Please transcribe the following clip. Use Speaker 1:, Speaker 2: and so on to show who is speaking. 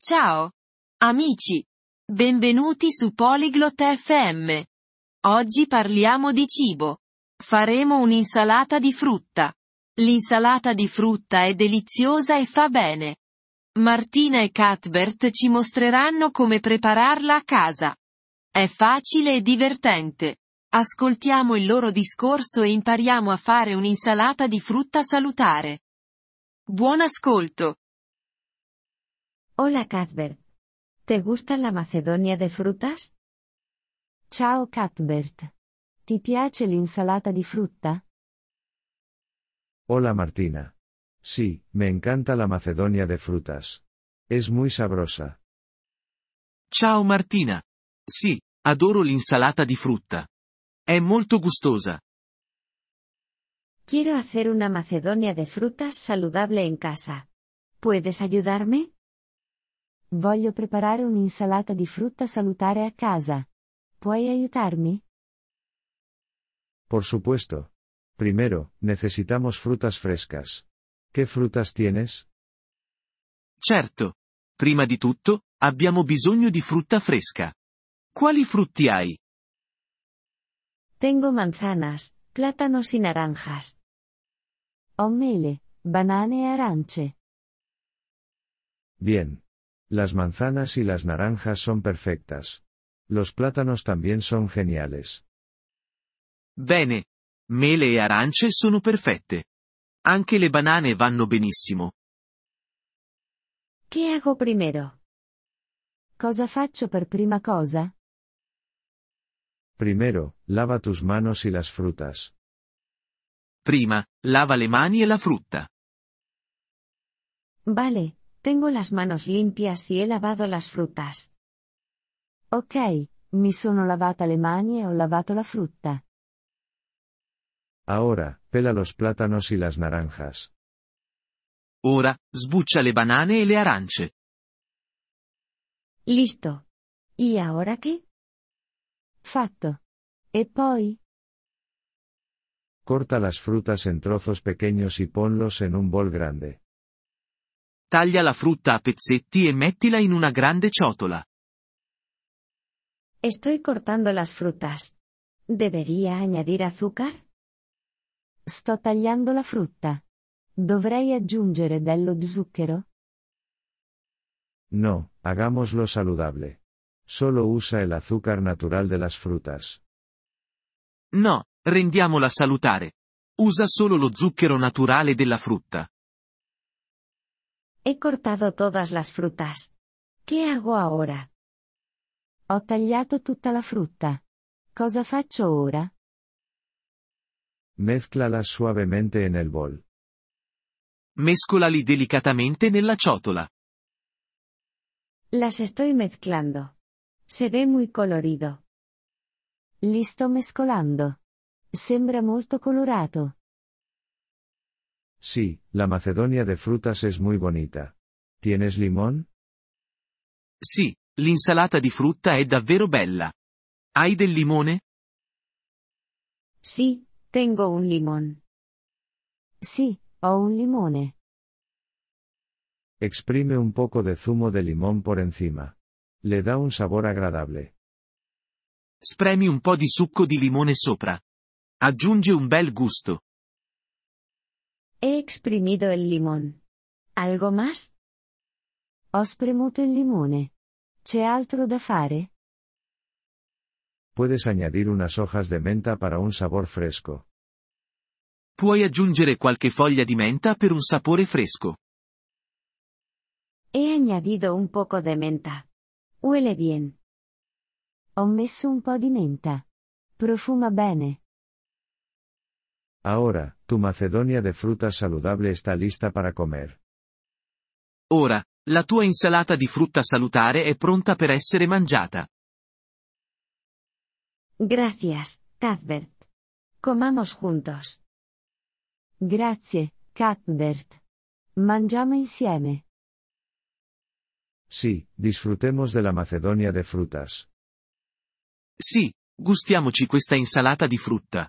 Speaker 1: Ciao! Amici! Benvenuti su Polyglot FM. Oggi parliamo di cibo. Faremo un'insalata di frutta. L'insalata di frutta è deliziosa e fa bene. Martina e Cuthbert ci mostreranno come prepararla a casa. È facile e divertente. Ascoltiamo il loro discorso e impariamo a fare un'insalata di frutta salutare. Buon ascolto!
Speaker 2: Hola Cuthbert. ¿Te gusta la macedonia de frutas? Ciao Cuthbert. Ti piace l'insalata di frutta?
Speaker 3: Hola Martina. Sí, me encanta la Macedonia de frutas. Es muy sabrosa.
Speaker 4: Ciao Martina. Sì, adoro l'insalata di frutta. È molto gustosa.
Speaker 2: Quiero hacer una macedonia de frutas saludable en casa. ¿Puedes ayudarme? Voglio preparare un'insalata di frutta salutare a casa. Puoi aiutarmi?
Speaker 3: Por supuesto. Primero, necesitamos frutas frescas. ¿Qué frutas tienes?
Speaker 4: Certo. Prima di tutto, abbiamo bisogno di frutta fresca. Quali frutti hai?
Speaker 2: Tengo manzanas, plátanos y naranjas. Ho mele, banane e arance.
Speaker 3: Bien. Las manzanas y las naranjas son perfectas. Los plátanos también son geniales.
Speaker 4: Bene. Mele e arance sono perfette. Anche le banane vanno benissimo.
Speaker 2: ¿Qué hago primero? Cosa faccio per prima cosa?
Speaker 3: Primero, lava tus manos y las frutas.
Speaker 4: Prima, lava le mani e la frutta.
Speaker 2: Vale, tengo las manos limpias y he lavado las frutas. Ok, mi sono lavata le mani e ho lavato la frutta.
Speaker 3: Ahora, pela los plátanos y las naranjas.
Speaker 4: Ora, sbuccia le banane e le arance.
Speaker 2: Listo. ¿Y ahora qué? Fatto. E poi?
Speaker 3: Corta las frutas en trozos pequeños y ponlos en un bol grande.
Speaker 4: Taglia la frutta a pezzetti e mettila in una grande ciotola.
Speaker 2: Estoy cortando las frutas. ¿Debería añadir azúcar? Sto tagliando la frutta. Dovrei aggiungere dello zucchero?
Speaker 3: No, hagámoslo saludable. Solo usa el azúcar natural de las frutas.
Speaker 4: No, rendiamola salutare. Usa solo lo zucchero naturale della frutta.
Speaker 2: He cortado todas las frutas. ¿Qué hago ahora? Ho tagliato tutta la frutta. Cosa faccio ora?
Speaker 3: Mézclalas suavemente en el bol.
Speaker 4: Mescolali delicatamente nella ciotola.
Speaker 2: Las estoy mezclando. Se ve muy colorido. Li sto mescolando. Sembra molto colorato.
Speaker 3: Sí, la Macedonia de frutas es muy bonita. ¿Tienes limón?
Speaker 4: Sì, l'insalata di frutta è davvero bella. Hai del limone?
Speaker 2: Sí, tengo un limón. Sí, o un limone.
Speaker 3: Exprime un poco de zumo de limón por encima. Le da un sabor agradable.
Speaker 4: Spremi un po' di succo di limone sopra. Aggiunge un bel gusto.
Speaker 2: He exprimido el limón. ¿Algo más? Ho spremuto il limone. C'è altro da fare?
Speaker 3: Puedes añadir unas hojas de menta para un sabor fresco.
Speaker 4: Puoi aggiungere qualche foglia di menta per un sapore fresco.
Speaker 2: He añadido un poco de menta. Huele bien. Ho messo un po' di menta. Profuma bene.
Speaker 3: Ahora, tu Macedonia de frutas saludable está lista para comer.
Speaker 4: Ora, la tua insalata di frutta salutare è pronta per essere mangiata.
Speaker 2: Gracias, Cuthbert. Comamos juntos. Grazie, Cuthbert. Mangiamo insieme.
Speaker 3: Sí, disfrutemos de la Macedonia de frutas.
Speaker 4: Sì, gustiamoci questa insalata di frutta.